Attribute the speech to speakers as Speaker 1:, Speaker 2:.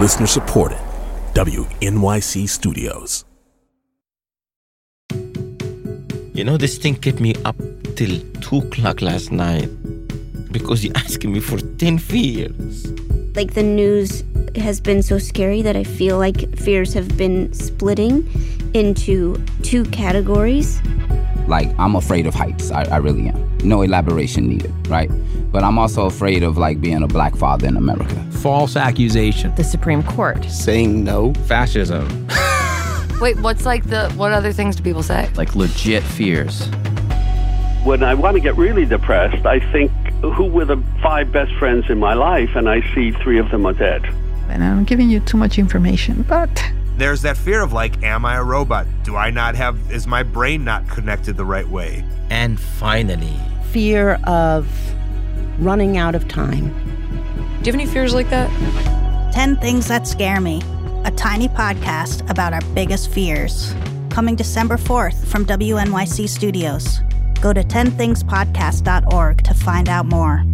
Speaker 1: Listener supported. WNYC Studios.
Speaker 2: You know, this thing kept me up till 2 o'clock last night because you asked me for 10 fears.
Speaker 3: Like the news has been so scary that I feel like fears have been splitting into two categories.
Speaker 4: Like, I'm afraid of heights. I, I really am. No elaboration needed, right? But I'm also afraid of like being a black father in America.
Speaker 5: False accusation.
Speaker 6: The Supreme Court.
Speaker 7: Saying no.
Speaker 8: Fascism.
Speaker 9: Wait, what's like the what other things do people say?
Speaker 5: Like legit fears.
Speaker 10: When I want to get really depressed, I think who were the five best friends in my life and I see three of them are dead.
Speaker 11: And I'm giving you too much information, but
Speaker 12: there's that fear of like am I a robot? Do I not have is my brain not connected the right way?
Speaker 2: And finally,
Speaker 13: fear of running out of time.
Speaker 9: Do you have any fears like that?
Speaker 14: 10 things that scare me a tiny podcast about our biggest fears. Coming December 4th from WNYC Studios. Go to 10thingspodcast.org to find out more.